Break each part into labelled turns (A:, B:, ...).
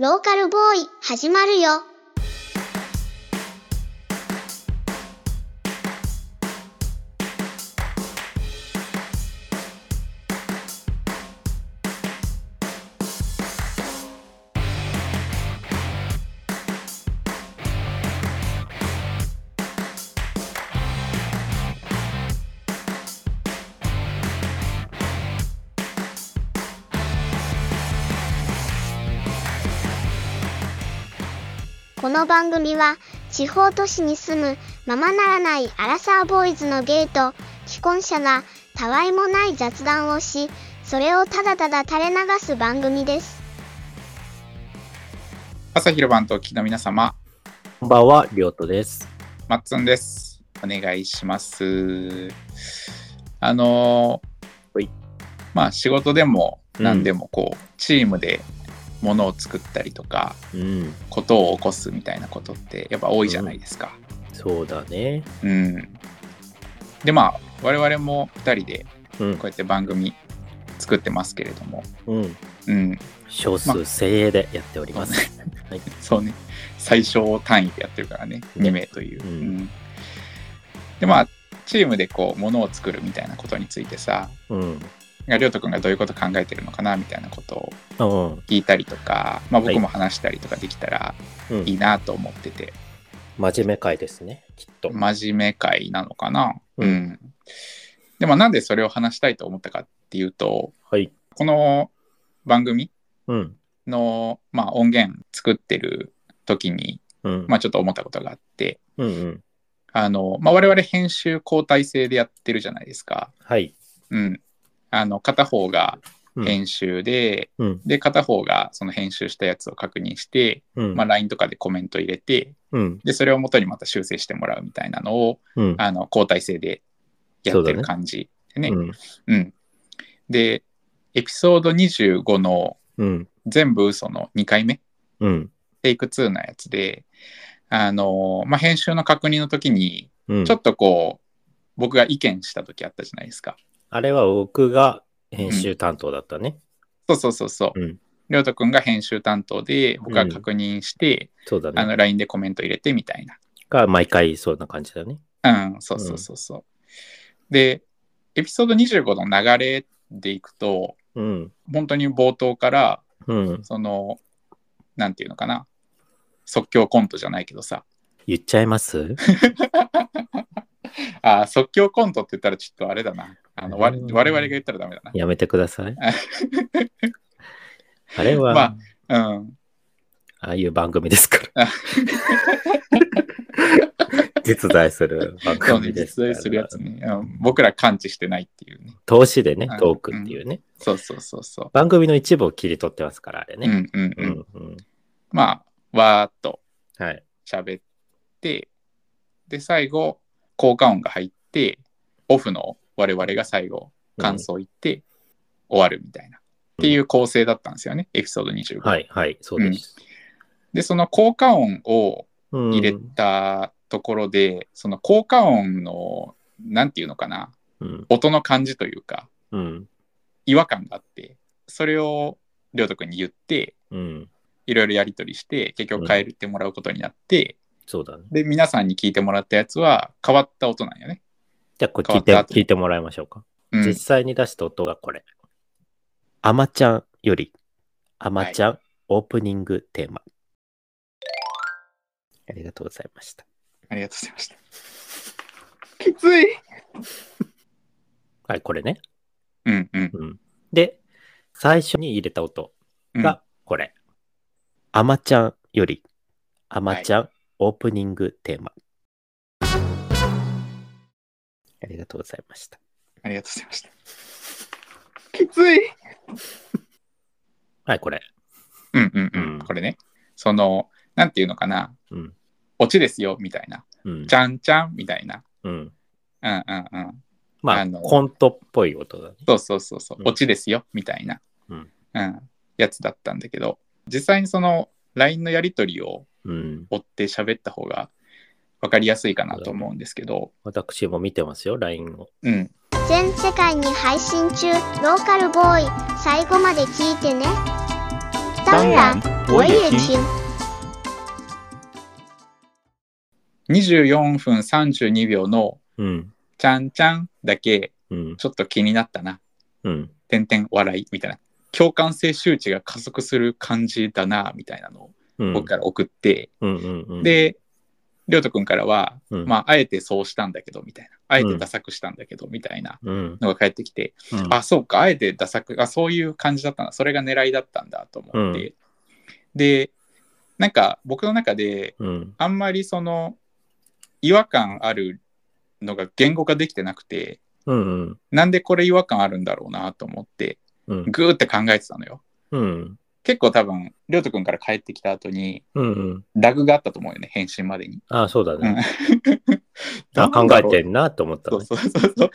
A: ローカルボーイ始まるよ。この番組は地方都市に住むままならないアラサーボーイズのゲイと既婚者がたわいもない雑談をしそれをただただ垂れ流す番組です
B: 朝昼晩とお聞きの皆様、
C: こんばんは、りょうとです。
B: マッツンです。お願いします。あのー
C: はい
B: まあ仕事でも
C: うん
B: 何でもこう、チームでものを作ったりとか、
C: うん、
B: ことを起こすみたいなことってやっぱ多いじゃないですか。
C: そうだね。
B: うん。でまあ我々も2人で
C: うん
B: こうやって番組作ってますけれども、
C: うん、
B: うん、
C: 少数精鋭でやっております。 はい、
B: そうね、最小単位でやってるからね、
C: ね
B: 2名という。
C: うん
B: うんで、まあ、チームでこう、ものを作るみたいなことについてさ、
C: うん、
B: なんかりょうとくんがどういうこと考えてるのかなみたいなことを
C: うん、
B: 聞いたりとか、まあ、
C: はい
B: 僕も話したりとかできたら
C: うん
B: いいなと思ってて、
C: 真面目会ですね、きっと。
B: 真面目会なのかな。う。
C: うんん
B: でも、なんでそれを話したいと思ったかっていうと、
C: はい、
B: この番組
C: うん、
B: の、まあ、音源作ってる時に、
C: うん、
B: まあ、ちょっと思ったことがあって、
C: うん、うん、
B: あの、まあ、我々編集交代制でやってるじゃないですか。
C: はい、
B: うん。あの、片方が
C: うん、
B: 編集で、
C: うん、
B: で、片方がその編集したやつを確認して、
C: うん、
B: まあ、LINE とかでコメント入れて、
C: うん、
B: で、それを元にまた修正してもらうみたいなのを、
C: うん、
B: あの、交代制でや
C: そう
B: って
C: だ
B: る
C: ね
B: 感じでね。
C: うん、
B: うん。で、エピソード25の
C: うん、
B: 全部嘘の2回目、
C: うん、
B: テイク2のやつで、あの、まあ、編集の確認の時に、
C: うん
B: ちょ、っとこう、僕が意見した時あったじゃないですか。
C: あれは僕が編集担当だったね。
B: そうそうそうそう。
C: うん、
B: りょうとくんが編集担当で、僕が確認して、
C: そうだ
B: あ
C: ね。
B: の、LINE でコメント入れてみたい
C: が毎回そんな感じだね。
B: な。うん、そうそうそうそう。で、エピソード25の流れでいくと、
C: うん、
B: 本当に冒頭から、
C: うん、
B: その、なんていうのかな、即興コントじゃないけどさ、
C: 言っちゃいます
B: あー即興コントって言ったらちょっとあれだな。あの、わ
C: うん
B: 我々が言ったらダメだ
C: やめてください
B: あ。
C: あれは、
B: まな。うん。
C: ああいう番組ですか
B: あ
C: ら。 実在する番
B: そうね、
C: 組です
B: 実
C: から。
B: 在するやつね、うん僕ら感知してないっていうね。
C: 投資でね
B: うん、
C: トークっていうね。
B: そうそうそうそ
C: 番組の一部を切り取ってますから、あれ
B: う。う
C: ね。
B: んうん
C: う
B: うん。
C: んうん
B: まあ、わーっと
C: はい。
B: 喋って、で、最後、効果音が入って、オフの我々が最後、感想言って、終わるみたいな。っていう構成だったんですよね、エピソード25。
C: はい、はい、そうです。
B: で、その効果音を
C: うん
B: 入れたところで、その効果音の、なんていうのかな、
C: うん。
B: 音の感じというか、
C: うん。
B: 違和感があって、それをりょうとくんに言って、
C: うん。
B: いろいろやり取りして、結局変えてもらうことになって、
C: そうだね。
B: で、皆さんに聞いてもらったやつは変わった音なんよね。
C: じゃあ、これ
B: 変
C: 聞
B: わ
C: い
B: った
C: て、
B: 後
C: 聞いてもらいましょうか。
B: うん。
C: 実際に出した音がこれ。アマちゃんより、アマちゃん、オープニングテーマ。ありがとうございました。
B: ありがとうございました。きつい。
C: はい、これね。
B: うんうん。
C: うん、で、最初に入れた音
B: うん
C: がこれ。アマちゃんより、アマちゃん、オープニングテーマ。ありがとうございました。
B: ありがとうございました。きつい。
C: はい、これ。
B: うんうんうん。
C: うん
B: これね。その、なんていうのかな。
C: うん。
B: オチですよ、みたいな。
C: うん
B: ち。ゃんちゃん、みたいな。
C: うん、
B: うんうんうん。
C: まあ
B: あの
C: コントっぽい音だね。
B: そうそうそうそう。
C: うん
B: オチですよ、みたいな。
C: うん。
B: うん。やつだったんだけど、実際にその LINE のやりとりを
C: うん。
B: 追って喋った方が分かりやすいかなと思うんですけど、
C: 私も見てますよ、LINE を。
B: うん。
A: 全世界に配信中ローカルボーイ最後まで聞いてね北当然我也听。
B: 24分32秒の
C: うん。
B: 「ちゃんちゃん」だけ
C: うん。
B: ちょっと気になったな
C: うん。
B: 「てんてん笑い」みたいな共感性周知が加速する感じだなみたいなのを
C: うん。
B: 僕から送って、
C: うんうんうん。、
B: でりょうとくんからは、
C: うん、
B: まああえてそうしたんだけどみたいなあえてダサくしたんだけどみたいな
C: うん。
B: のが返ってきて、
C: うん、
B: あ、そうか、あえてダサく、あ、そういう感じだったな、それが狙いだったんだと思って。で、なんか僕の中で、
C: うん。
B: あんまりその、違和感あるのが言語化できてなくて、
C: うんうん。
B: なんでこれ違和感あるんだろうなと思って、
C: うん。
B: ぐーって考えてたのよ。
C: うん。
B: 結構多分、りょうとくんから帰ってきた後に、
C: うんうん。
B: ラグがあったと思うよね、返信までに。
C: あ、そうだ
B: うん
C: ね。あ、考えてんなと思った
B: そ
C: ね
B: う。そうそうそう。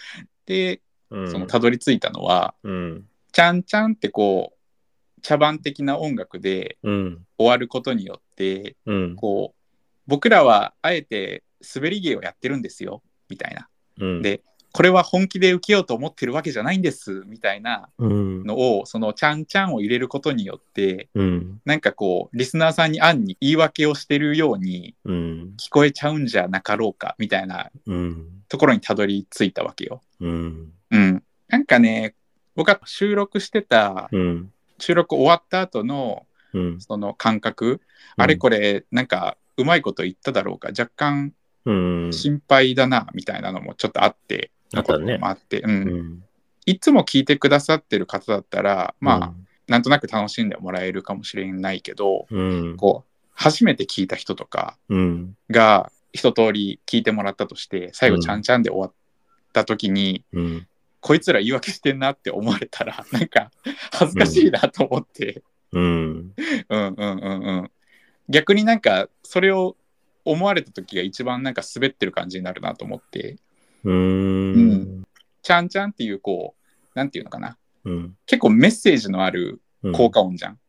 B: で、
C: うん
B: その、たどり着いたのは、
C: うん。
B: ちゃんちゃんってこう、茶番的な音楽で、
C: うん。
B: 終わることによって
C: うん。
B: こう僕らはあえて滑り芸をやってるんですよみたいな
C: うん。
B: でこれは本気で受けようと思ってるわけじゃないんですみたいな
C: うん。
B: のをそのちゃんちゃんを入れることによって
C: うん。
B: なんかこうリスナーさんに暗に言い訳をしてるように
C: うん。
B: 聞こえちゃうんじゃなかろうかみたいな
C: うん。
B: ところにたどり着いたわけよ。
C: うん。
B: うん、なんかね僕は収録してた
C: うん。
B: 収録終わった後の
C: うん。
B: その感覚あれこれ、なんか、うまいこと言っただろうか、若干
C: うん。
B: 心配だな、みたいなのもちょっとあって、
C: あったね
B: もあって、う。
C: うんん。
B: いつも聞いてくださってる方だったら、まあ、なんとなく楽しんでもらえるかもしれないけど、
C: うん。
B: こう、初めて聞いた人とか
C: うん。
B: が、一通り聞いてもらったとして、最
C: う
B: 後、
C: ん
B: ちゃんちゃんで終わった時に、
C: うん。
B: こいつら言い訳してんなって思われたら、なんか、恥ずかしいなと思って、
C: うん。
B: うんうんうんうん。逆になんかそれを思われた時が一番なんか滑ってる感じになるなと思って、
C: うん。
B: ちゃんちゃんっていうこう、なんていうのかな。
C: うん。
B: 結構メッセージのある効果音じゃん。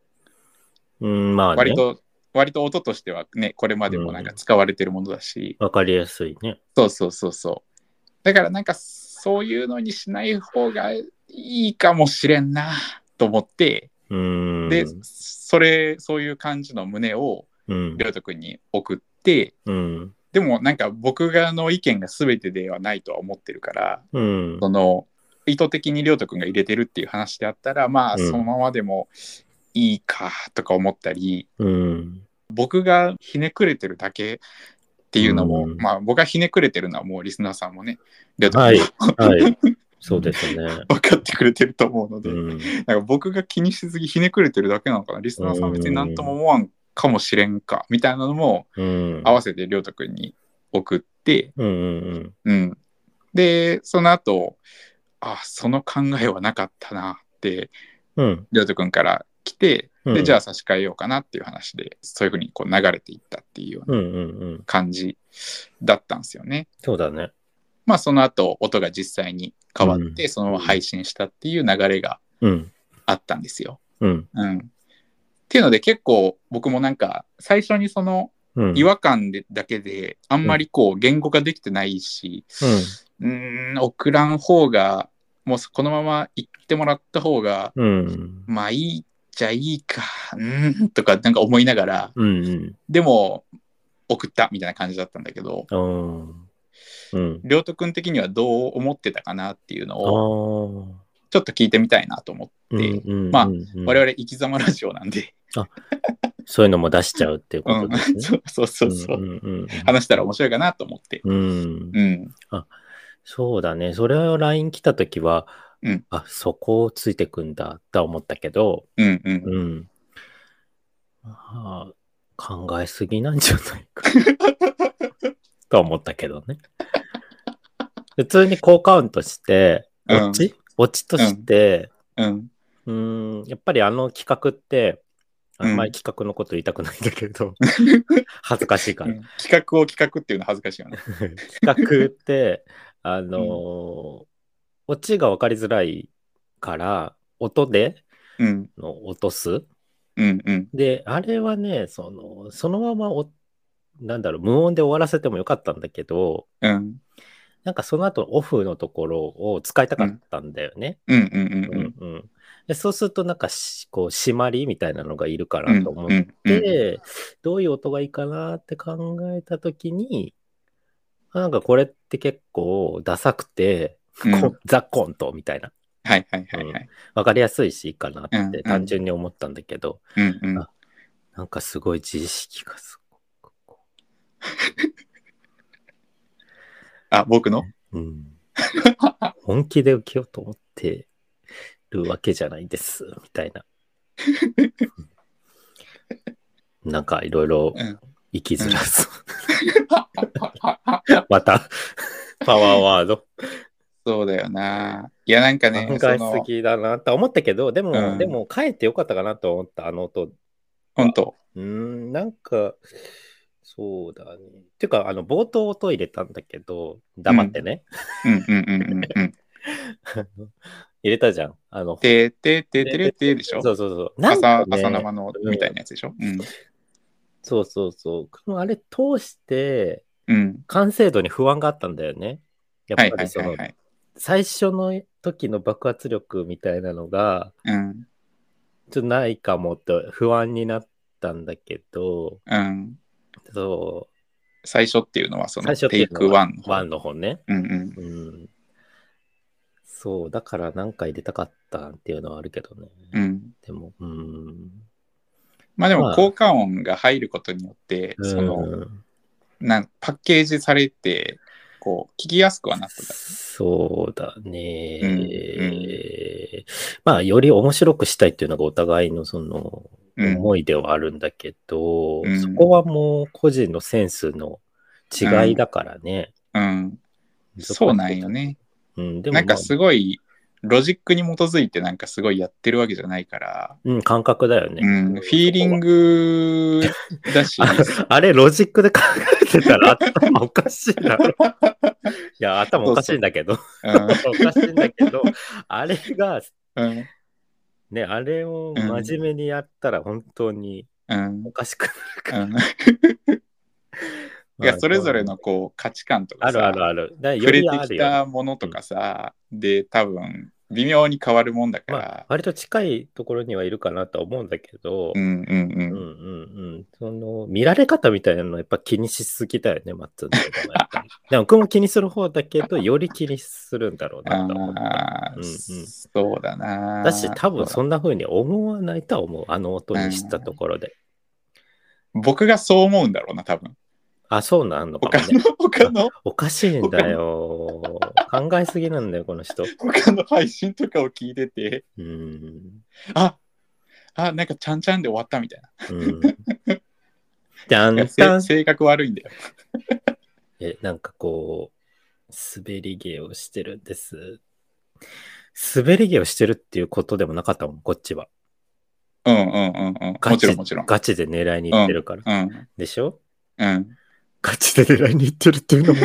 C: うん。まあ、
B: 割。と、割と音としてはね、これまでもなんか使われてるものだし、
C: わかりやすいね。
B: そうそうそうそう。だからなんかそういうのにしない方がいいかもしれんなと思って、
C: うん。
B: で、それ、そういう感じの胸を
C: うん
B: り。ょうとくんに送って、
C: うん。
B: でもなんか僕がの意見が全てではないとは思ってるから
C: うん。
B: その意図的にりょうとくんが入れてるっていう話であったらまあ
C: うん
B: そのままでもいいかとか思ったり、
C: うん。
B: 僕がひねくれてるだけっていうのも、
C: うん
B: まあ僕がひねくれてるのはもうリスナーさんもねりょうとくんも、
C: はい。はい。そうですね。
B: 分かってくれてると思うの
C: う
B: で、
C: ん。
B: なんか僕が気にしすぎひねくれてるだけなのかなリスナーさんは別になんとも思わんかもしれんかみたいなのも
C: うん。
B: 合わせてりょうとくんに送って。
C: うんうん
B: うん、でその後あその考えはなかったなって
C: うん。
B: りょうとくんから来て
C: うん。
B: でじゃあ差し替えようかなっていう話でそういうふうにこう流れていったっていうような
C: う
B: ん
C: うんうん。
B: 感じだったんですよね。
C: そうだね。
B: まあその後音が実際に変わって、
C: うん
B: そのまま配信したっていう流れが
C: うん。
B: あったんですよ。
C: うん。
B: うん、っていうので結構僕もなんか最初にその
C: うん。
B: 違和感でだけであんまりこう言語化できてないし、うーん、送らん方が、もうこのまま行ってもらった方が、
C: うん。うん。
B: まあいいじゃいいか、うーん、とかなんか思いながら、
C: うんうん。
B: でも、送ったみたいな感じだったんだけど、
C: うん。うん。
B: りょうとくん的にはどう思ってたかなっていうの
C: あ
B: を、
C: あ。
B: ちょっと聞いてみたいなと思って、まあ、我々生き様ラジオなんで、
C: そういうのも出しちゃうっていうこ
B: う
C: と
B: ん、
C: ですね。
B: そうそうそうそう、
C: んうんうん
B: 話したら面白いかなと思って、
C: うん
B: う。ん、
C: そうだね。それを LINE 来たときは、
B: うん
C: あ、そこをついてくんだとは思ったけど、
B: うん、うん。
C: うん。まあ、考えすぎなんじゃないか とは思ったけどね。普通に効果音として、
B: うん
C: 落ち、落ちとして、
B: うん、
C: うーん、やっぱりあの企画って、あんまり企画のこと言いたくないんだけど、 恥ずかしいから。
B: 企画を企画っていうの恥ずかしいよね。
C: 企画って、あのーオチが分かりづらいから、音で
B: うん、
C: の落とす。
B: うん、うん、
C: で、あれはね、その、そのままお、なんだろう、無音で終わらせてもよかったんだけど、
B: うん、
C: なんかその後オフのところを使いたかったんだよね。
B: うんうんうん
C: う
B: うんん。
C: うんでそうするとなんかしこう締まりみたいなのがいるか
B: う
C: ら
B: ん
C: と思っ
B: う
C: て、
B: んうん
C: どういう音がいいかなって考えたときに、あなんかこれって結構ダサくて、
B: うん
C: こザ・コントみたいな。
B: はいはいはいはい。
C: わかりやすいしいいかな
B: うん
C: っ
B: う
C: て
B: ん
C: 単純に思ったんだけど、
B: うんうん。
C: なんかすごい自意識がすごくこ
B: あ、僕の
C: う、うん、本気で受けようと思ってるわけじゃないです、みたいな。うんなんかいろいろ
B: うん。
C: 生きづ らそう。また、パワーワード。
B: そうだよな。いやなんかね、
C: 考
B: そ
C: え
B: の
C: すぎだなとは思ったけど、でも、
B: うん
C: でも、帰ってよかったかなと思った、あの音。
B: 本当。
C: うーん、なんか、そうだね。っていうか、あの、冒頭音入れたんだけど、黙ってね。
B: うんうんうんうん うん。
C: 入れたじゃん。あの、
B: ててててれてでしょ
C: そうそうそう。なん
B: 朝
C: か、
B: 朝
C: ね、
B: 生のみたいなやつでしょうん
C: そうそうそう。このあれ通して、
B: うん。
C: 完成度に不安があったんだよね。や
B: は
C: っ
B: い
C: ぱ
B: はい
C: りそ
B: はい
C: の
B: は、い。
C: 最初の時の爆発力みたいなのが、
B: うん
C: ちょっとないかもって不安になったんだけど、
B: うん。
C: そう。
B: 最初っていうのはその
C: 最初って
B: テ
C: い
B: イ
C: うの
B: ク
C: は
B: ワンの方
C: ワンの本ね。
B: うんうん。
C: うん。そう、だから何か入れたかったっていうのはあるけどね。
B: うん。
C: でも、うん。
B: まあで
C: ま
B: も
C: あ
B: 効果音が入ることによって、その
C: うん
B: なんパッケージされてこう聞きやすくはなっただ
C: そうだね、
B: うん
C: まあ、より面白くしたいっていうのがお互いのその
B: うん
C: 思いではあるんだけど、
B: うん
C: そこはもう個人のセンスの違いだからね。
B: うん、そうなんよ。ね。
C: うん、でも、
B: なんか
C: まあ
B: すごいロジックに基づいてなんかすごいやってるわけじゃないから、
C: うん、感覚だよね。
B: うん、フィーリングだ し、
C: あれ、ロジックで考えてたら頭おかしい だろ。いや、頭おかしいんだけど、
B: う
C: おかしいんだけど、あれが、
B: ん うん
C: ね、あれを真面目にやったら本当に
B: うん
C: おかしくなるから。
B: うん、いやそれぞれのこう価値観と
C: あ
B: か
C: るあ
B: さ
C: るある。だよ
B: 触れ
C: り
B: て
C: ある
B: き
C: よね。
B: たものとかさ、で多分微妙に変わるもんだか
C: ま
B: ら、
C: あ、割と近いところにはいるかなとは思うんだけど、
B: うんうんう
C: うんうん
B: ん
C: うん、その見られ方みたいなのやっぱ気にしすぎだよね、マッツンとかはやっぱり でも僕も気にする方だけど、より気にするんだろうなとは思った。
B: ああ、
C: うんうん
B: そうだな。
C: だし、多分そんな風に思わないとは思う。あの音にしたところで。
B: 僕がそう思うんだろうな、多分。
C: あ、そうなんのか
B: 他
C: もね
B: の、。他の、
C: おかしいんだよ。考えすぎなんだよ、この人。
B: 他の配信とかを聞いてて、
C: うん。
B: ああ、なんかちゃんちゃんで終わったみたい
C: うん。じ
B: な。
C: ゃん
B: いや
C: た
B: せ
C: ん。
B: 性格悪いんだよ。
C: え、なんかこう、滑り芸をしてるんです。滑り芸をしてるっていうことでもなかったもん、こっちは。
B: うんうんうんうん。
C: ガ
B: も
C: チ
B: ちろんもちろん。
C: ガチで狙いに行ってるから。
B: うん
C: でしょ
B: うん。
C: ガチで狙いに行ってるっていう のも。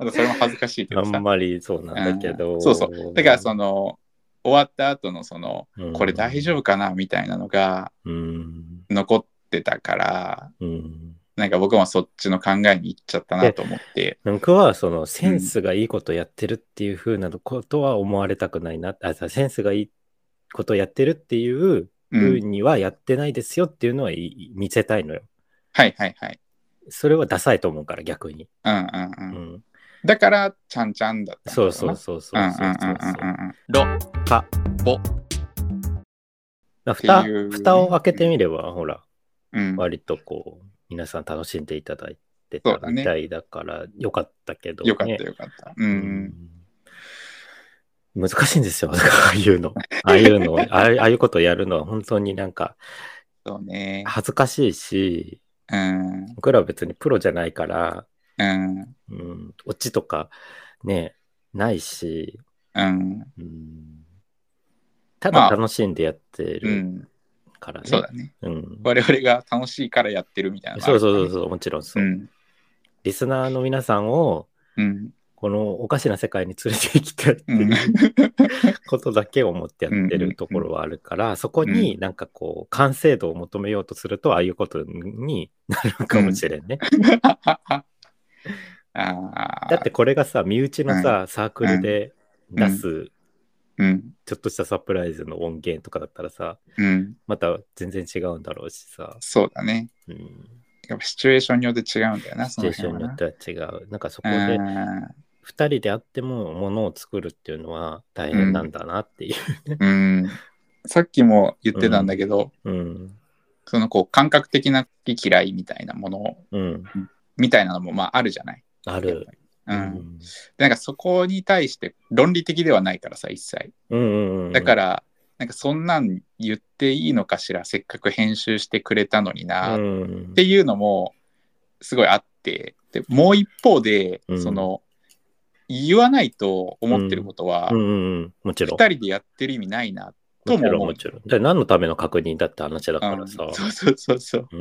B: またそれも恥ずかしいけ
C: あ
B: どさ
C: ん。まりそうなんだけ
B: う
C: ど。。
B: んそうそうだからその、終わった後のその、
C: うん
B: これ大丈夫かなみたいなのが
C: うん。
B: 残ってたから、
C: うん。
B: なんか僕もそっちの考えに行っちゃったなと思って。
C: 僕は、その、センスがいいことやってるっていうふうなことは思われたくないな。あ、センスがいいことやってるっていう
B: う。
C: ふうんにはやってないですよっていうのはい見せたいのよ。
B: はいはいはい。
C: それはダサいと思うから、逆に。
B: うんうんう。
C: うんん。
B: だから、ちゃんちゃんだったんだ
C: そ
B: ろな
C: うそうそうそうう。
B: んうん
C: そうそうそう
B: うんうんうん
C: か
B: ぼ
C: まあ蓋
B: っていうね
C: 蓋を開けてみれば、ほら、
B: うんうん。
C: 割とこう、皆さん楽しんでいただいてた
B: そうだね
C: みたいだから、よかったけど、ね。
B: よかったよかった。う。
C: うんん難しいんですよ、 だからああいうの。ああいうの、ああああいうことを やるのは本当になんか
B: そうね。
C: 恥ずかしいし、
B: うん。
C: 僕らは別にプロじゃないから、
B: うん。
C: うん、オチとかね、ないし、
B: うん。
C: うん、た
B: ま
C: だ
B: あ
C: 楽しんでやって
B: う
C: る
B: ん。
C: からね。
B: そうだね。
C: うん
B: 我々が楽しいからやってるみたいなのがあ
C: そう
B: るか
C: そ
B: ら
C: う
B: ね。
C: そうそう、もちろんそう。
B: うん。
C: リスナーの皆さんを、
B: うん。
C: このおかしな世界に連れて行きたいって
B: うん
C: いう ことだけを思ってやってるところはあるから、そこになんかこう、完成度を求めようとすると、ああいうことになるかもしれんね。
B: あああ。
C: だってこれがさ、身内のさ、サークルで出す、
B: うん、
C: ちょっとしたサプライズの音源とかだったらさ、
B: うん、
C: また全然違うんだろうしさ、
B: そうだね。
C: うん、
B: やっぱシチュエーションによって違うんだよな、
C: シチ
B: そ
C: ュエ
B: の辺は
C: ーションによ
B: な
C: っては違う。なんかそこで2人であってもものを作るっていうのは大変なんだなっていう。
B: うんうん。さっきも言ってたんだけど、
C: うん。
B: そのこう感覚的な好き嫌いみたいなもの
C: うん。
B: みたいなのもまああるじゃない。
C: あ
B: やっ
C: る
B: ぱ。りうん。でなんかそこに対して論理的ではないからさ、一切。
C: うんうんうん。、
B: だからら、なんかそんなん言っていいのかしら、せっかく編集してくれたのにな、
C: う
B: っ
C: ん
B: て、いうのもすごいあって、でもう一方で、
C: うん
B: その、言わないと思ってることは
C: う、んうんうん。もち
B: 二
C: ろん。
B: 人でやってる意味ないな、と
C: もち
B: も
C: ろん
B: 思う
C: も。ちろん。だから何のための確認だって話だからさ
B: うん。そうそうそうそう。
C: う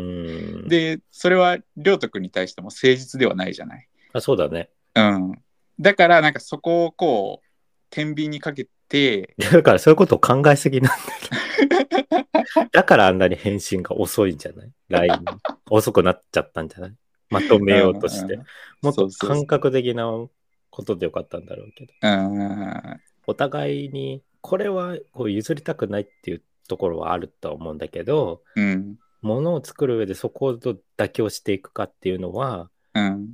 C: ん。
B: で、それは、りょうとくんに対しても誠実ではないじゃない。
C: あ、そうだね。
B: うん。だから、なんかそこをこう、天秤にかけて、
C: だからそういうことを考えすぎなんだけど。だからあんなに返信が遅いんじゃない ?LINE。遅くなっちゃったんじゃないまとめようとして
B: ん。。
C: も
B: そ
C: っと
B: うそうそう
C: 感覚的なことでよかったんだろうけど。
B: うん。
C: お互いに、これはこう譲りたくないっていうところはあるとは思うんだけど、
B: うん。
C: ものを作る上でそこをどう妥協していくかっていうのは、
B: うん。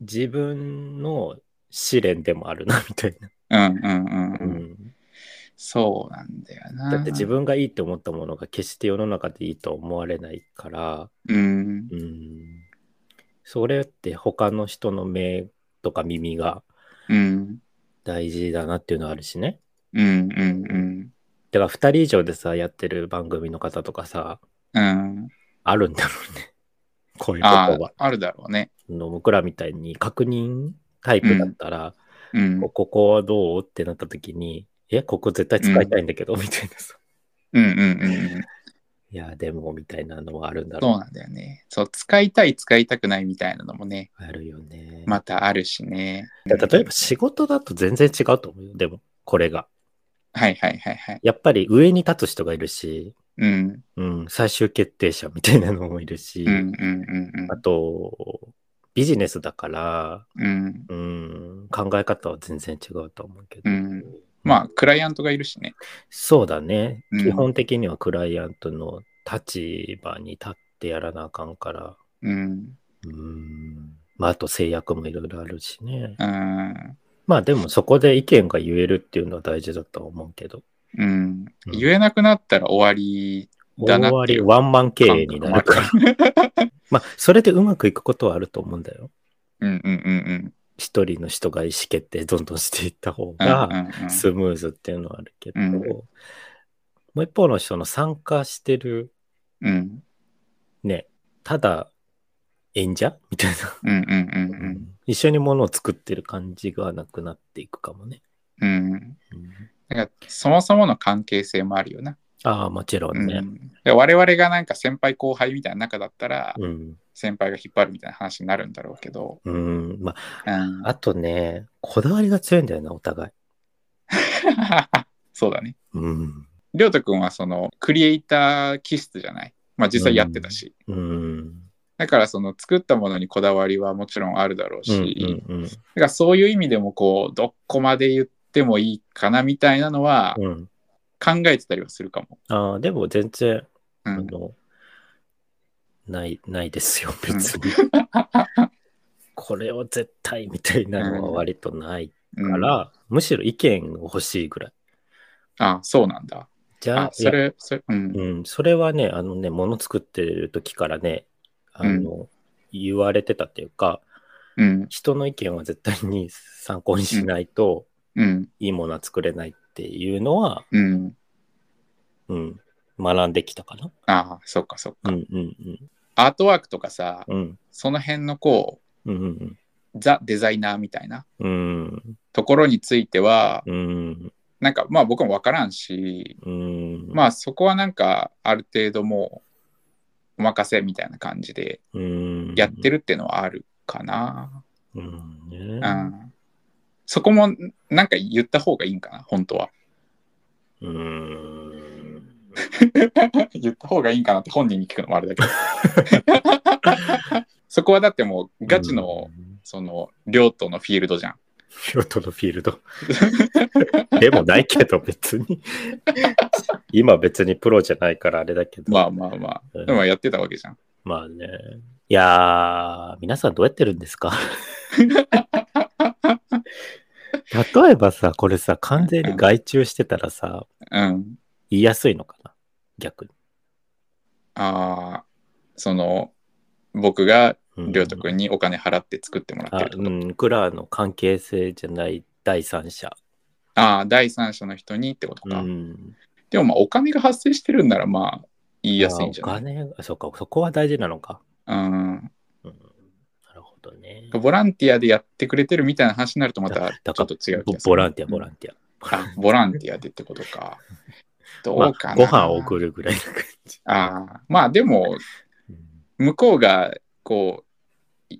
C: 自分の試練でもあるな、みたいな。
B: うんうんうん
C: う
B: うん。
C: ん
B: そうなんだよな。
C: だって自分がいいと思ったものが決して世の中でいいと思われないから、
B: うん。
C: うん、それって他の人の目とか耳が
B: うん。
C: 大事だなっていうのはあるしね。
B: うんうんうん。
C: だから2人以上でさ、やってる番組の方とかさ、
B: うん。
C: あるんだろうね。 こういうこ
B: あ
C: とは
B: あ、。あるだろうね。
C: の僕らみたいに確認タイプだったら、
B: うん。うん
C: こここはどうってなった時に、え、ここ絶対使いたいんだけど、みたいなさ。
B: うんうんうん。
C: いや、でも、みたいなのはあるんだろう
B: そうなんだよね。そう、使いたい、使いたくないみたいなのもね、
C: あるよね。
B: またあるしね。
C: だ例えば仕事だと全然違うと思うよ。でも、これが。
B: はいはいはいはい。
C: やっぱり上に立つ人がいるし、
B: うん。
C: うん、最終決定者みたいなのもいるし、
B: うんうんうん
C: あと、ビジネスだから、
B: うん。うん。
C: うん、考え方は全然違うと思うけど。
B: うんまあ、クライアントがいるしね。
C: そうだね。
B: うん
C: 基本的にはクライアントの立場に立ってやらなあかんから、
B: うん。
C: うん、まあ、あと制約もいろいろあるしね。
B: うん。
C: まあ、でもそこで意見が言えるっていうのは大事だとは思うけど。
B: うん。言えなくなったら終わりだな
C: 終
B: っ
C: わ
B: てい
C: り、
B: う。
C: ワンマン経営になるから。まあ、それでうまくいくことはあると思うんだよ。
B: うんうんうんうん。
C: 一人の人が意思決定どんどんしていった方
B: うん
C: が
B: うんうん
C: スムーズっていうのはあるけど、
B: うん
C: もう一方の人の参加してる、
B: うん
C: ね、ただ演者みたいな、
B: うんうんうん
C: 一緒にものを作ってる感じがなくなっていくかもね。
B: うん。うん。
C: うん
B: なんかそもそもの関係性もあるよな。
C: ああ、もちろ
B: うん
C: ね。
B: ん、で我々がなんか先輩後輩みたいな中だったら、
C: うん。
B: 先輩が引っ張るみたいな話になるんだろうけど。
C: うん。まあ、
B: うん、
C: あとね、こだわりが強いんだよな、お互い。
B: そうだね。
C: うん。
B: りょうとくんはそのクリエイター気質じゃない。まあ実際やってたし。
C: うん。
B: だからその作ったものにこだわりはもちろんあるだろうし、
C: うんうん
B: だからそういう意味でもこう、どこまで言ってもいいかなみたいなのは
C: うんうん
B: 考えてたりはするかも。
C: ああ、でも全然、
B: う
C: あ
B: ん、
C: の、ない、ないですよ、別 に。これを絶対みたいなのは割とない
B: うん
C: から、むしろ意見が欲しいぐらい。
B: あ、そうなんだ。
C: じ
B: あ
C: ゃあ、、
B: そ
C: いや
B: れ、それ、うん。
C: うん、それはね、あのね、もの作ってる時からね、あの、言われてたっていうか、
B: うん。
C: 人の意見は絶対に 参考にしないと、
B: うん。
C: いいものは作れないっていうのは、
B: うん。
C: うん、学んできたかな。
B: ああ、そっかそっ
C: う
B: か。
C: んうんうん。
B: アートワークとかさ、
C: うん
B: その辺のこ
C: うんうん
B: う、ザ・デザイナーみたいな
C: うん。うん
B: ところについては、
C: うん。
B: なんかまあ僕もわからんし、
C: うん。
B: ま
C: あ、
B: あそこはなんかある程度もうお任せみたいな感じで
C: うん、
B: やってるっていうのはあるかな。
C: うんね
B: うん。そこもなんか言った方がいいんかな、本当は。
C: うーん。
B: 言った方がいいんかなって 本人に聞くのもあれだけど。そこはだってもうガチのその、両党のフィールドじゃん。
C: フィールドのフィールド。でもないけど、別に。今別にプロじゃないからあれだけど。
B: まあまあまあ。でもやってたわけじゃん。
C: まあね。いやー、皆さんどうやってるんですか例えばさ、これさ、完全に外注してたらさ、
B: うん。
C: 言いやすいのかな逆に。
B: ああ、その、僕が
C: うん
B: りょうとくんにお金払って作ってもらって
C: あ
B: るって
C: う
B: こと。
C: ん、クラーの関係性じゃない第三者。
B: ああ、第三者の人にってこと
C: う
B: か。
C: ん。
B: でもまあ、お金が発生してるんなら、まあ、言いやすいんじゃない
C: あお金が、そうか、そこは大事なのか。
B: うん。
C: うん、なるほどね。
B: ボランティアでやってくれてるみたいな話になると、また
C: だ
B: ちょっと違う気
C: ボ
B: がする。
C: ボランティア、ボランティア。
B: あ、ボランティアでってこと か。どうか
C: まあ
B: な。
C: ご飯を送るぐらいな感じ。
B: ああ、まあでも、向こうが、こう、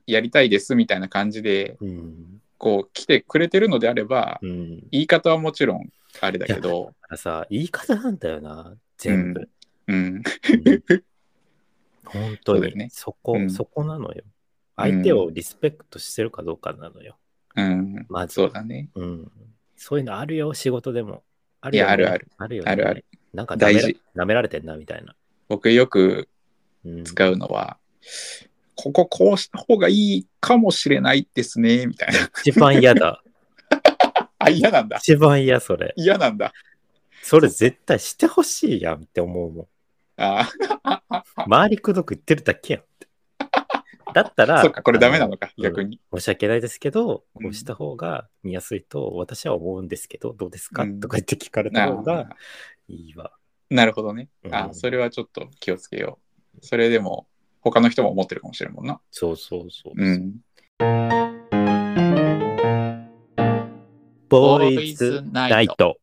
B: やりたいですみたいな感じで、
C: うん。
B: こう、来てくれてるのであれば、
C: うん。
B: 言い方はもちろん、あれだけど、
C: だからさ、言い方なんだよな、全部。
B: うん、
C: うん本当
B: そうだ
C: に
B: よね
C: そこ、
B: うん
C: そこなのよ。相手をリスペクトしてるかどうかなのよ。
B: うん、
C: まず。
B: そうだね。
C: うん。そういうのあるよ、仕事でも。あ
B: いや
C: よね
B: あるある。
C: あるよね
B: あるある。
C: なんか舐めら
B: 大事
C: 舐められてんな、みたいな。
B: 僕よく
C: うん、
B: 使うのは、こここうした方がいいかもしれないですね、みたい な。
C: 一番 嫌だ。
B: あ、嫌なんだ。
C: 一番嫌、それ。
B: 嫌なんだ。
C: それ絶対してほしいやんって思うもん。
B: あ
C: 周りくどく言ってるだけやんって。だった
B: あ、
C: ら、
B: そっか、これダメなのか、
C: うん
B: 逆に。
C: 申し訳ないですけど、
B: うん
C: こうした方が見やすいと私は思うんですけど、どうですか、
B: うん
C: とか言って聞かれた
B: あ
C: 方が
B: ー
C: いいわ。
B: なるほどね。
C: う
B: あ
C: ん
B: それはちょっと気をつけよう。それでも、他の人も思ってるかもしれんもんな。
C: そうそうそう。
B: うん。
C: ボーイズナイト。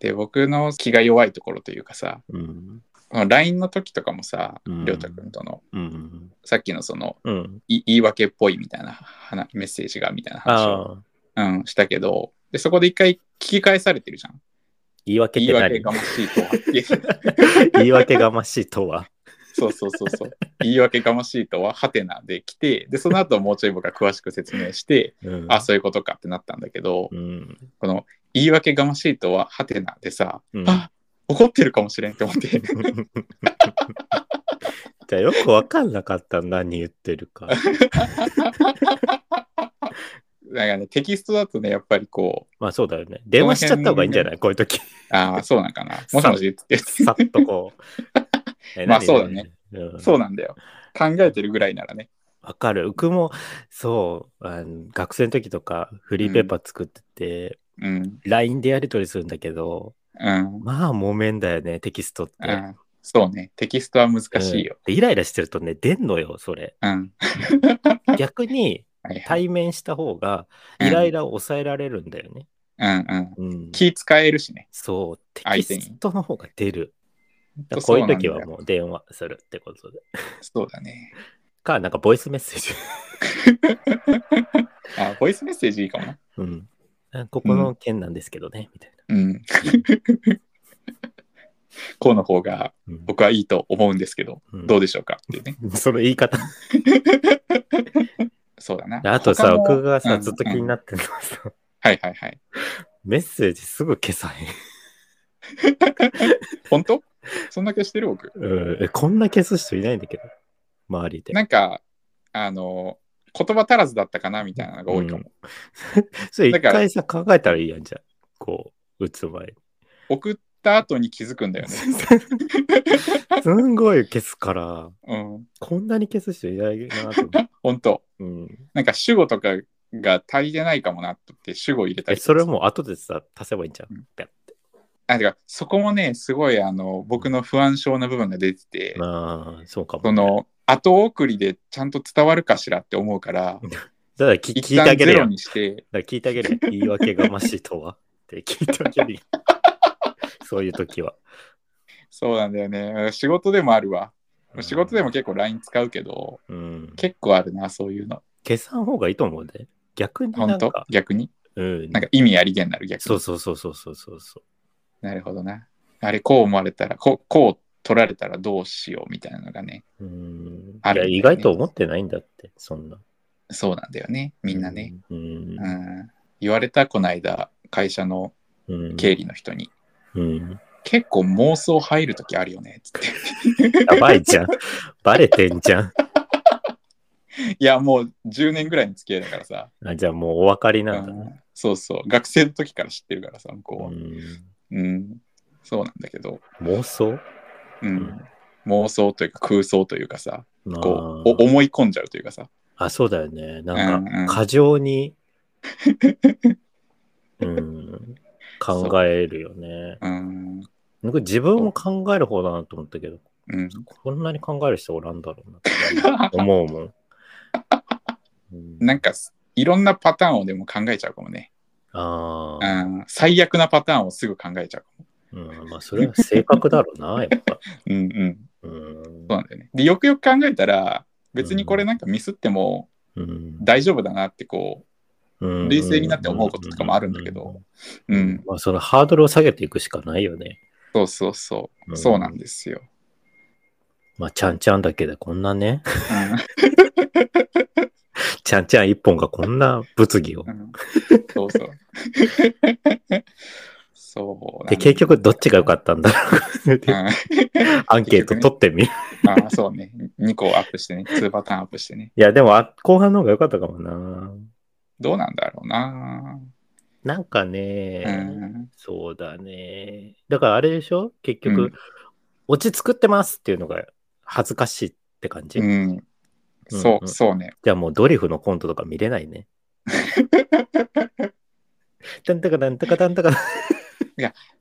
B: で、僕の気が弱いところというかさ、
C: うん。
B: この LINE の時とかもさ、
C: うん
B: りょうたくんとの、
C: うん。
B: さっきのその、
C: うん。
B: い言い訳っぽいみたいな話メッセージがみたいな話を、
C: ああ、
B: うん、したけどでそこで一回聞き返されてるじゃん
C: 言い訳っ
B: 言い
C: て
B: 訳
C: 何
B: がましいとはいや
C: 言い訳がましいとは。
B: そうそうそうそう言い訳がましいとはハテナで来てでその後もうちょい僕が詳しく説明して
C: うん
B: あそういうことかってなったんだけど
C: うん。
B: この言い訳がましいとはハテナでさ、
C: うん
B: あ怒ってるかもしれんって思って
C: じゃあよくわかんなかった何言ってるか。
B: なんかねテキストだとねやっぱりこう
C: まあそうだよね。電話しちゃった方がいいんじゃないこういう時。
B: ああそうなんかなもしもしって言って
C: さっと こう。え
B: まあ
C: 何
B: そうだね
C: うん
B: そうなんだよ考えてるぐらいならね
C: わかる。僕も、そうあの、学生の時とか、フリーペーパー作ってて、
B: うん、
C: LINE でやり取りするんだけど、
B: うん、
C: まあ、もめんだよね、テキストって。
B: うんそうね、テキストは難しいよ。
C: うんでイライラしてるとね、出んのよ、そ れ。
B: うん。
C: 逆に、
B: はいはい。
C: 対面した方が、
B: うん
C: イライラを抑えられるんだよね。
B: うんうん。
C: うん。
B: 気使えるしね。
C: そう、テキ
B: 相手に
C: ストの方が出る。だからこ
B: そうう
C: い
B: な
C: うん
B: だよ
C: 時はもう電話するってことで。
B: そうだね。
C: か、なんかボイスメッセージ。
B: あ、ボイスメッセージいいかもな。
C: うん。あここの件なんですけどね、みたいな。
B: うん。 こうの方が
C: うん
B: 僕はいいと思うんですけど、
C: うん
B: どうでしょうかっていうね。
C: その言い方。
B: そうだな。
C: あとさ、
B: 他も
C: 僕がさ、ずっと気に
B: うん
C: なってるのはさ、
B: はいはいはい。
C: メッセージすぐ消さへん。
B: 本当そんだけしてる僕。
C: うん、えこんな消す人いないんだけど、周りで。
B: なんか、あの、言葉足らずだったかなみたいなのが多いかも。
C: それ一
B: だから
C: 回さ、考えたらいいやんじゃん。こう、打つ前に。
B: 送った後に気づくんだよね。
C: すんごい消すから、
B: うん。
C: こんなに消す人いないなと思う。
B: 本当
C: うん、
B: なんか主語とかが足りてないかもなと思って主語入れた
C: え
B: りとか
C: それも後でさ、足せばいいんじゃん。ペッて。
B: あてかそこもねすごいあの僕の不安症な部分が出てて、
C: まあ、そうかも、
B: その後送りでちゃんと伝わるかしらって思うから
C: だから聞
B: 一
C: 聞いてあ
B: 旦
C: げ
B: ゼ
C: る
B: ロ
C: よ。
B: にして
C: だから聞いてあげるよ。言い訳がましいとはって聞いてあげ るよ。そういう時は。
B: そうなんだよね仕事でもあるわ仕事でも結構 LINE 使うけど
C: うん、
B: 結構あるなそういうの
C: 消さん方がいいと思うで。逆にな
B: 本
C: ん
B: 当
C: か、
B: 逆に
C: うん、
B: なんか意味ありげになる逆に
C: そうそうそうそうそうそうそ
B: なるほどなあれこう思われたらこうこう取られたらどうしようみたいなのがね
C: う。うん。
B: ある
C: いや、意外と思ってないんだって、そんな。
B: そうなんだよね。みんなね。。
C: うん
B: う。ん。言われた、この間、会社の
C: うん
B: 経理の人に、
C: うん。
B: 結構妄想入るときあるよね、つって。
C: やばいじゃん。バレてんじゃん。
B: いや、もう10年ぐらいの付き合いだからさ。
C: あじゃあもうお分かり
B: う
C: なんだね。
B: ん、そうそう。学生の時から知ってるからさ、向こうは。
C: うん
B: うん、そうなんだけど、
C: 妄想
B: うん、妄想というか空想というかさこう
C: あー
B: お思い込んじゃうというかさ、
C: あ、そうだよね。な
B: うんうんん
C: か、過 剰に、うん、考えるよね。
B: うん
C: 僕自分も考える方だなと思ったけど、
B: うん、
C: こんなに考える人おらんだろうな って思うもん。うん
B: なんかいろんなパターンをでも考えちゃうかもね、
C: あ
B: う
C: あ、
B: ん、最悪なパターンをすぐ考えちゃうかも、
C: うん、まあそれは性格だろうな、やっぱ。
B: うんうん、
C: うん
B: そうなんだよねでよくよく考えたら別にこれなんかミスっても
C: うん
B: 大丈夫だなってこ
C: うん
B: 冷静になって思うこととかもあるんだけど、う、うん、
C: まあ、そのハードルを下げていくしかないよね。
B: そうそうそううそうなん
C: だ。
B: ですよ、
C: まあ、ちゃんちゃんだけでこんなね、
B: うん
C: ちゃんちゃん一本がこんな物議を
B: う。んそうそう。 そうなんだ
C: で、結局どっちが良かったんだろう。
B: うん
C: で
B: あ
C: アンケート取ってみる。
B: ーそうね。2個アップしてね。2パターンアップしてね。
C: いや、でもあ後半の方が良かったかもな。
B: どうなんだろうな。
C: なんか
B: う
C: ね、
B: ん。
C: そうだね。だからあれでしょ結局、
B: うん
C: 落ち作ってますっていうのが恥ずかしいって感じ。
B: うん。
C: うん
B: そうう、
C: ん
B: そうね。
C: じゃあもうドリフのコントとか見れな いね。たんたかたんたかたんたか。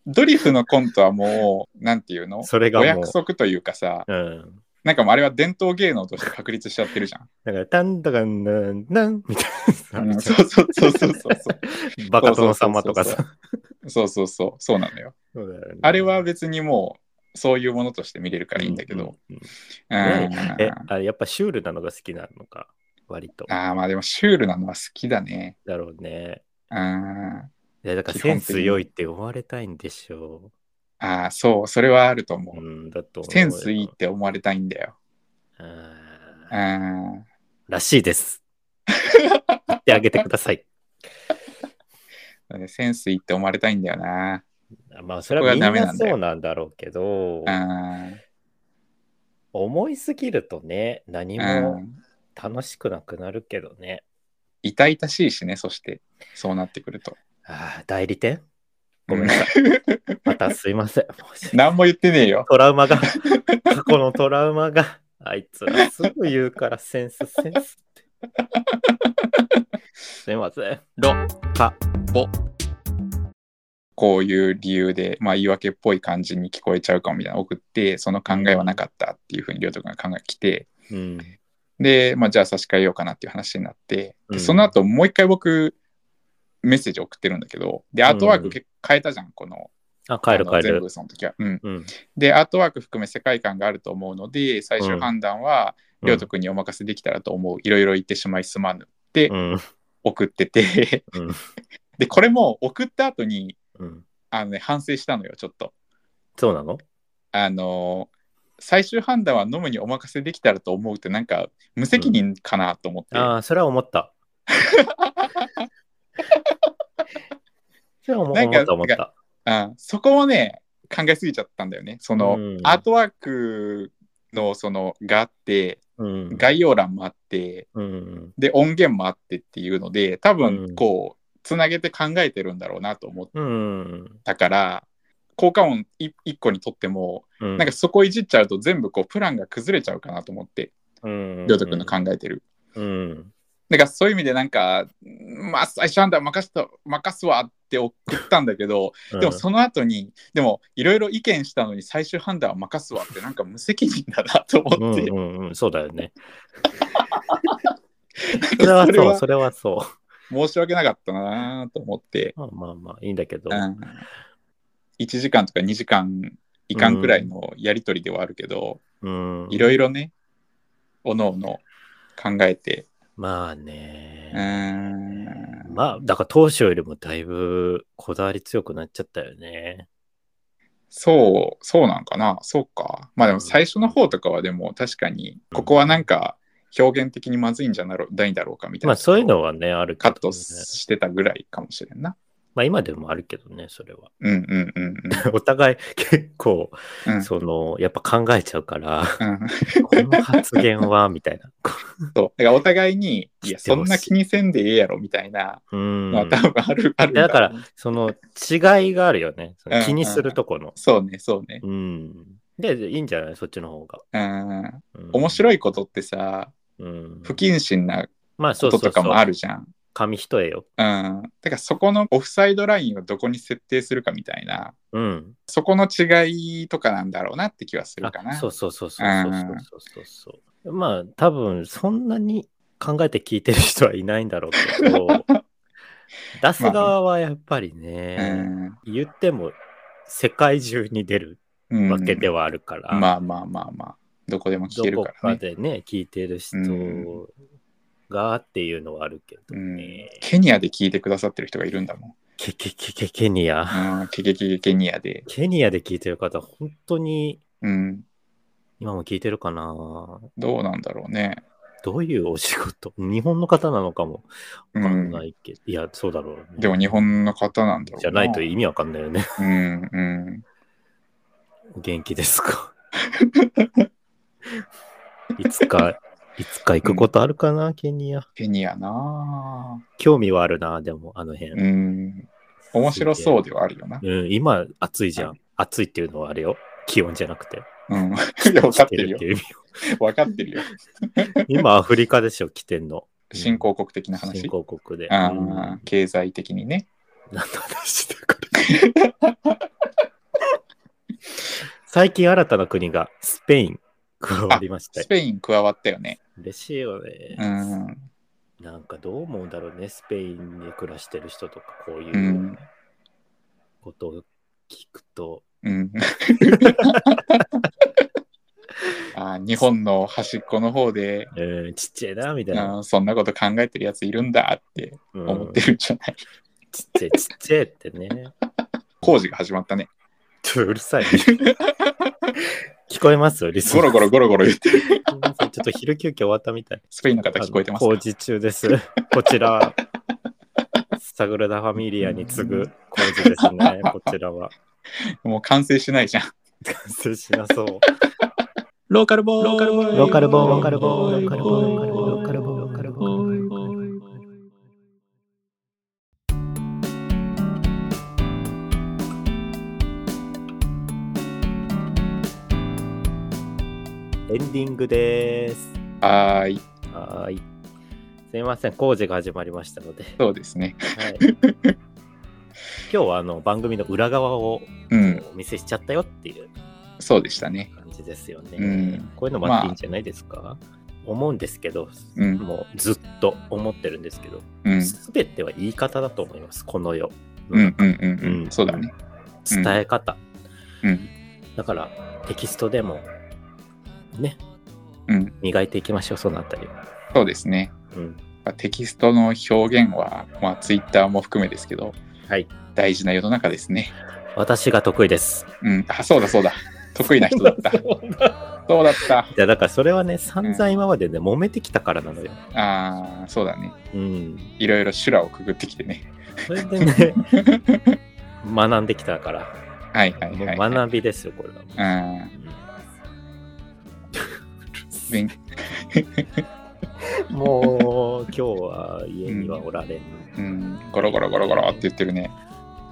B: ドリフのコントはもう、なんていうの
C: それが
B: お
C: もう
B: 約。束というかさ、
C: うん。
B: なんかもうあれは伝統芸能として確立しちゃってるじゃん。
C: だから、たんたかんなんなんみた
B: う
C: い
B: ん
C: な
B: そ
C: さ
B: う。そうそうそうそう。
C: バカ殿様とかさ。
B: そうそうそう。そうなのよ。
C: そうだよね
B: あれは別にもう、そういうものとして見れるからいいんだけど。
C: う
B: う
C: んうん
B: ん
C: うんえ、あれやっぱシュールなのが好きなのか、割と。
B: ああ、まあでもシュールなのは好きだね。
C: だろうね。
B: あ
C: いやだから
B: 基
C: セ
B: 本的
C: ン
B: に
C: ス良いって思われたいんでしょ
B: あー、そう、それはあると
C: う。
B: 思
C: う
B: う。
C: ん、だと思うよ
B: センスいいって思われたいんだよ。
C: あ
B: あ
C: ー
B: ー
C: らしいです。言ってあげてください。
B: だねセンスいいって思われたいんだよな。
C: まあ、それはみん
B: そこがダメな
C: な
B: んだよ
C: そうなんだろうけど、
B: あ
C: 思いすぎるとね、何
B: ーう
C: も
B: ん
C: 楽しくなくなるけどね。
B: 痛々しいしね、そして、そうなってくると。
C: ああ、代理店ごめんなさい。またすいま せん。申し訳ない
B: 何も言ってねえよ。
C: トラウマが、過去のトラウマが、あいつらすぐ言うからセンスセンスって。すいません。
B: ろ
C: か、
B: ぼ。こういう理由で、まあ、言い訳っぽい感じに聞こえちゃうかもみたいなの送って、その考えはなかったっていうふうにりょうとくんが考えが来て、
C: うん。
B: で、まあ、じゃあ差し替えようかなっていう話になって、
C: うん
B: でその後もう一回僕、メッセージ送ってるんだけど、で、アートワー
C: う
B: ク
C: ん
B: 結構変えたじゃん、この、
C: あ、帰る
B: あの
C: 帰
B: 全
C: る
B: 部。その時は。うん。
C: うん。
B: で、アートワーク含め世界観があると思うので、最終判断は、
C: うん
B: りょうとくんにお任せできたらと思う。いろいろ言ってしまいすまぬって
C: うん。
B: 送ってて、
C: うん
B: で、これも送った後に、
C: うん。
B: あのね、反省したのよ、ちょっと。
C: そうなの
B: あのー最終判断は飲むにお任せできたらと思うってなんか無責任かなと思って、
C: ああ、それは思 った。それは思
B: なんか
C: 思った思った。
B: うん、そこもね考えすぎちゃったんだよねその、
C: うん
B: アートワークのそのがあって
C: うん。
B: 概要欄もあって
C: うん。
B: で音源もあってっていうので多
C: うん
B: 分こうつなげて考えてるんだろうなと思っ
C: うん。
B: たから効果音い一個にとっても
C: うん。
B: なんか、そこいじっちゃうと全部こうプランが崩れちゃうかなと思って
C: うん。
B: りょうたくんの考えてる。
C: うん。
B: だからそういう意味でなんか、まあ、最初判断任せた任すわって送ったんだけど、でもその後に、でもいろいろ意見したのに最終判断は任すわってなんか無責任だなと
C: う
B: 思
C: ん
B: って、
C: うんうん、そうだよ ね。それは
B: それ
C: そう、
B: は
C: それはそう。
B: 申し訳なかったなと思って、
C: まあまあまあ、いいんだけど
B: う。ん、1時間とか2時間いかんくらいのやり取りではあるけど、
C: うん。
B: いろいろね、おのおの考えて、
C: まあ
B: う
C: ね。
B: ん、
C: まあ、だから当初よりもだいぶこだわり強くなっちゃったよね。
B: そう、そうなんかな、そうか。まあでも最初の方とかはでも確かに、ここはなんか表現的にまずいんじゃなろないだろうかみたいな。
C: まあそういうのはね、あるけ
B: カ
C: ど、
B: ット
C: ね。
B: してたぐらいかもしれんな。
C: まあ今でもあるけどね、それは。
B: うんうんうん
C: お互い結構、
B: うん。うん
C: その、やっぱ考えちゃうから、
B: うん
C: この発言は、みたいな。
B: そう。だからお互いに、いや、
C: 知って
B: そ
C: ほし
B: ん
C: い
B: な気にせんでええやろみたいな
C: うん。
B: のは多分ある、あるん
C: だ
B: だ
C: から、その違いがあるよね。その
B: うん
C: 気にするとこの。
B: そうね、そうね。
C: うん。で、いいんじゃないそっちの方が。
B: うん。
C: うん
B: 面白いことってさ、
C: うん。
B: 不謹慎な
C: まあ、
B: こ
C: そうそ
B: と
C: うそ
B: とか
C: う。
B: もあるじゃん。
C: 紙一重よ。
B: うん。だからそこのオフサイドラインをどこに設定するかみたいな、
C: うん。
B: そこの違いとかなんだろうなって気はするか
C: あ
B: な。
C: そうそうそうそうそうそうそうそう、まあ、多分、そんなに考えて聞いてる人はいないんだろう けど、出す側はやっぱりね、
B: うん
C: 言っても世界中に出る
B: うん。
C: わけではあるから、
B: まあまあまあまあ。どこでも聞け
C: ど
B: る
C: こ
B: から
C: か
B: ね。
C: でね、聞いてる人がっていうのはあるけど
B: うん
C: ね。
B: ケニアで聞いてくださってる人がいるんだもん。
C: ケケケケケニア。
B: う ん、ケケケケケニアで。
C: ケニアで聞いてる方、本当に
B: うん、
C: 今も聞いてるかな
B: どうなんだろうね。
C: どういうお仕事日本の方なのかも
B: う
C: わかん
B: ん
C: な、いけど、いや、そうだろうね、
B: でも日本の方なんだろう
C: じゃないと意味わかんないよね。
B: うんうん。
C: お元気です かいつか、いつか行くことあるかな、ケニア。
B: ケニアなあ
C: 興味はあるな、でも、あの辺。
B: うん。面白そうではあるよな。
C: うん、今、暑いじゃん。暑いっていうのはあれよ。気温じゃなくて。
B: うん。 いや分かってるよ
C: 来。てるっていう
B: 分かってるよ。
C: 意味 今、アフリカでしょ、来てんの。
B: 新興国的な話。
C: 新興国で。
B: あ
C: うん
B: あ経済的にね。
C: 何の話だこれ。 最近、新たな国がスペイン加わりました
B: ス
C: よ。
B: ペイン加わったよね。
C: 嬉しいよ
B: う
C: ね。
B: ん。
C: なんかどう思うんだろうね、スペインで暮らしてる人とか、こういううんことを聞くと、
B: うん。あー日本の端っこの方で、
C: うん、ちっちゃいな、みたいな。
B: あーそんなこと考えてるやついるんだって
C: うん
B: 思ってるんじゃない、
C: ちっちゃい、ちっちゃいってね。
B: 工事が始まったね。
C: ちょっとうるさ い、ね。聞こえますよ、リスナ
B: ゴ
C: ー
B: ロゴロゴロゴロ言ってる。
C: すいませんちょっと昼休憩終わったみたい。
B: スペインの方聞こえてます
C: あの
B: か
C: 工事中です。こちら、サグラダ・ファミリアに次ぐ工事ですね。こちらは。
B: もう完成しないじゃん。
C: 完成しなそう。
B: ローカルボーイローカルボー
C: ローカルボーイ
B: ローカルボーイ
C: ローカルボーイローカルボーイローカルボーイローカルボーイエンディングです。
B: はーい、
C: はーい。すみません、工事が始まりましたので。
B: そうですね。
C: はい、今日はあの番組の裏側を
B: うん、
C: お見せしちゃったよっていう
B: そうでしたね。
C: 感じですよね。
B: うん
C: こういうのもあっていいんじゃないですか、思うんですけど、
B: うん
C: もうずっと思ってるんですけど、
B: うん、
C: すべ、ては言い方だと思います、この世。
B: うん、うん、うん、
C: う
B: うんん、そうだね。
C: 伝え方。
B: うん、
C: だからテキストでもね、
B: うん、
C: 磨いていきましょう、そのあたりは。
B: そうですね。
C: うん。
B: テキストの表現は、まあ、ツイッターも含めですけど、
C: はい。
B: 大事な世の中ですね。
C: 私が得意です。
B: うん、あ、そうだ、そう だ。得意な人だった。そうだった。
C: いやだからそれはね、散々今までね、揉めてきたからなのよ。
B: ああ、そうだね。
C: うん。
B: いろいろ修羅をくぐってきてね。
C: それ でね、学んできたから。
B: はい、はい、
C: もう
B: はい。
C: 学びですよ、これは。
B: うん、勉
C: もう、今日は家にはおられん。
B: うん、ゴロゴロゴロゴロって言ってるね。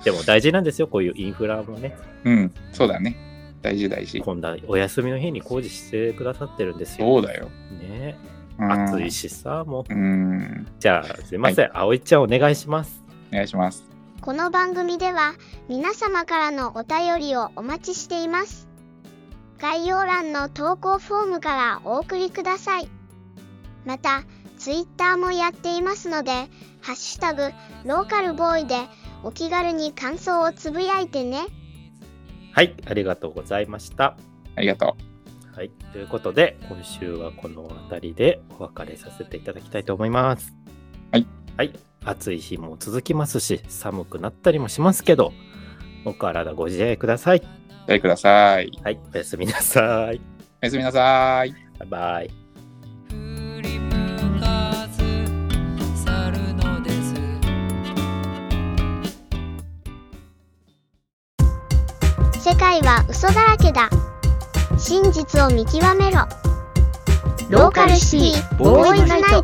C: でも大事なんですよ、こういうインフラもね。
B: うん、そうだね。大事、大事。
C: こんなお休みの日に工事してくださってるんですよ。
B: そうだよ。
C: ね。
B: うん
C: 暑いしさ、もう。
B: うん、
C: じゃあ、すいません。葵ちゃん、お願いします。
B: お願いします。
A: この番組では皆様からのお便りをお待ちしています。概要欄の投稿フォームからお送りください。また、ツイッターもやっていますので、ハッシュタグ、ローカルボーイでお気軽に感想をつぶやいてね。
C: はい、ありがとうございました。
B: ありがと
C: はい、ということで、今週はこの辺りでお別れさせていただきたいと思います。
B: はい。
C: はい、暑い日も続きますし、寒くなったりもしますけど、お体ご自愛ください。
B: う。お便りください。
C: はい、おやすみなさい。
B: おやすみなさい。
C: バイバイ。
D: 振り
A: 世界は嘘だらけだ真実を見極めろローカルシティボーイズナイト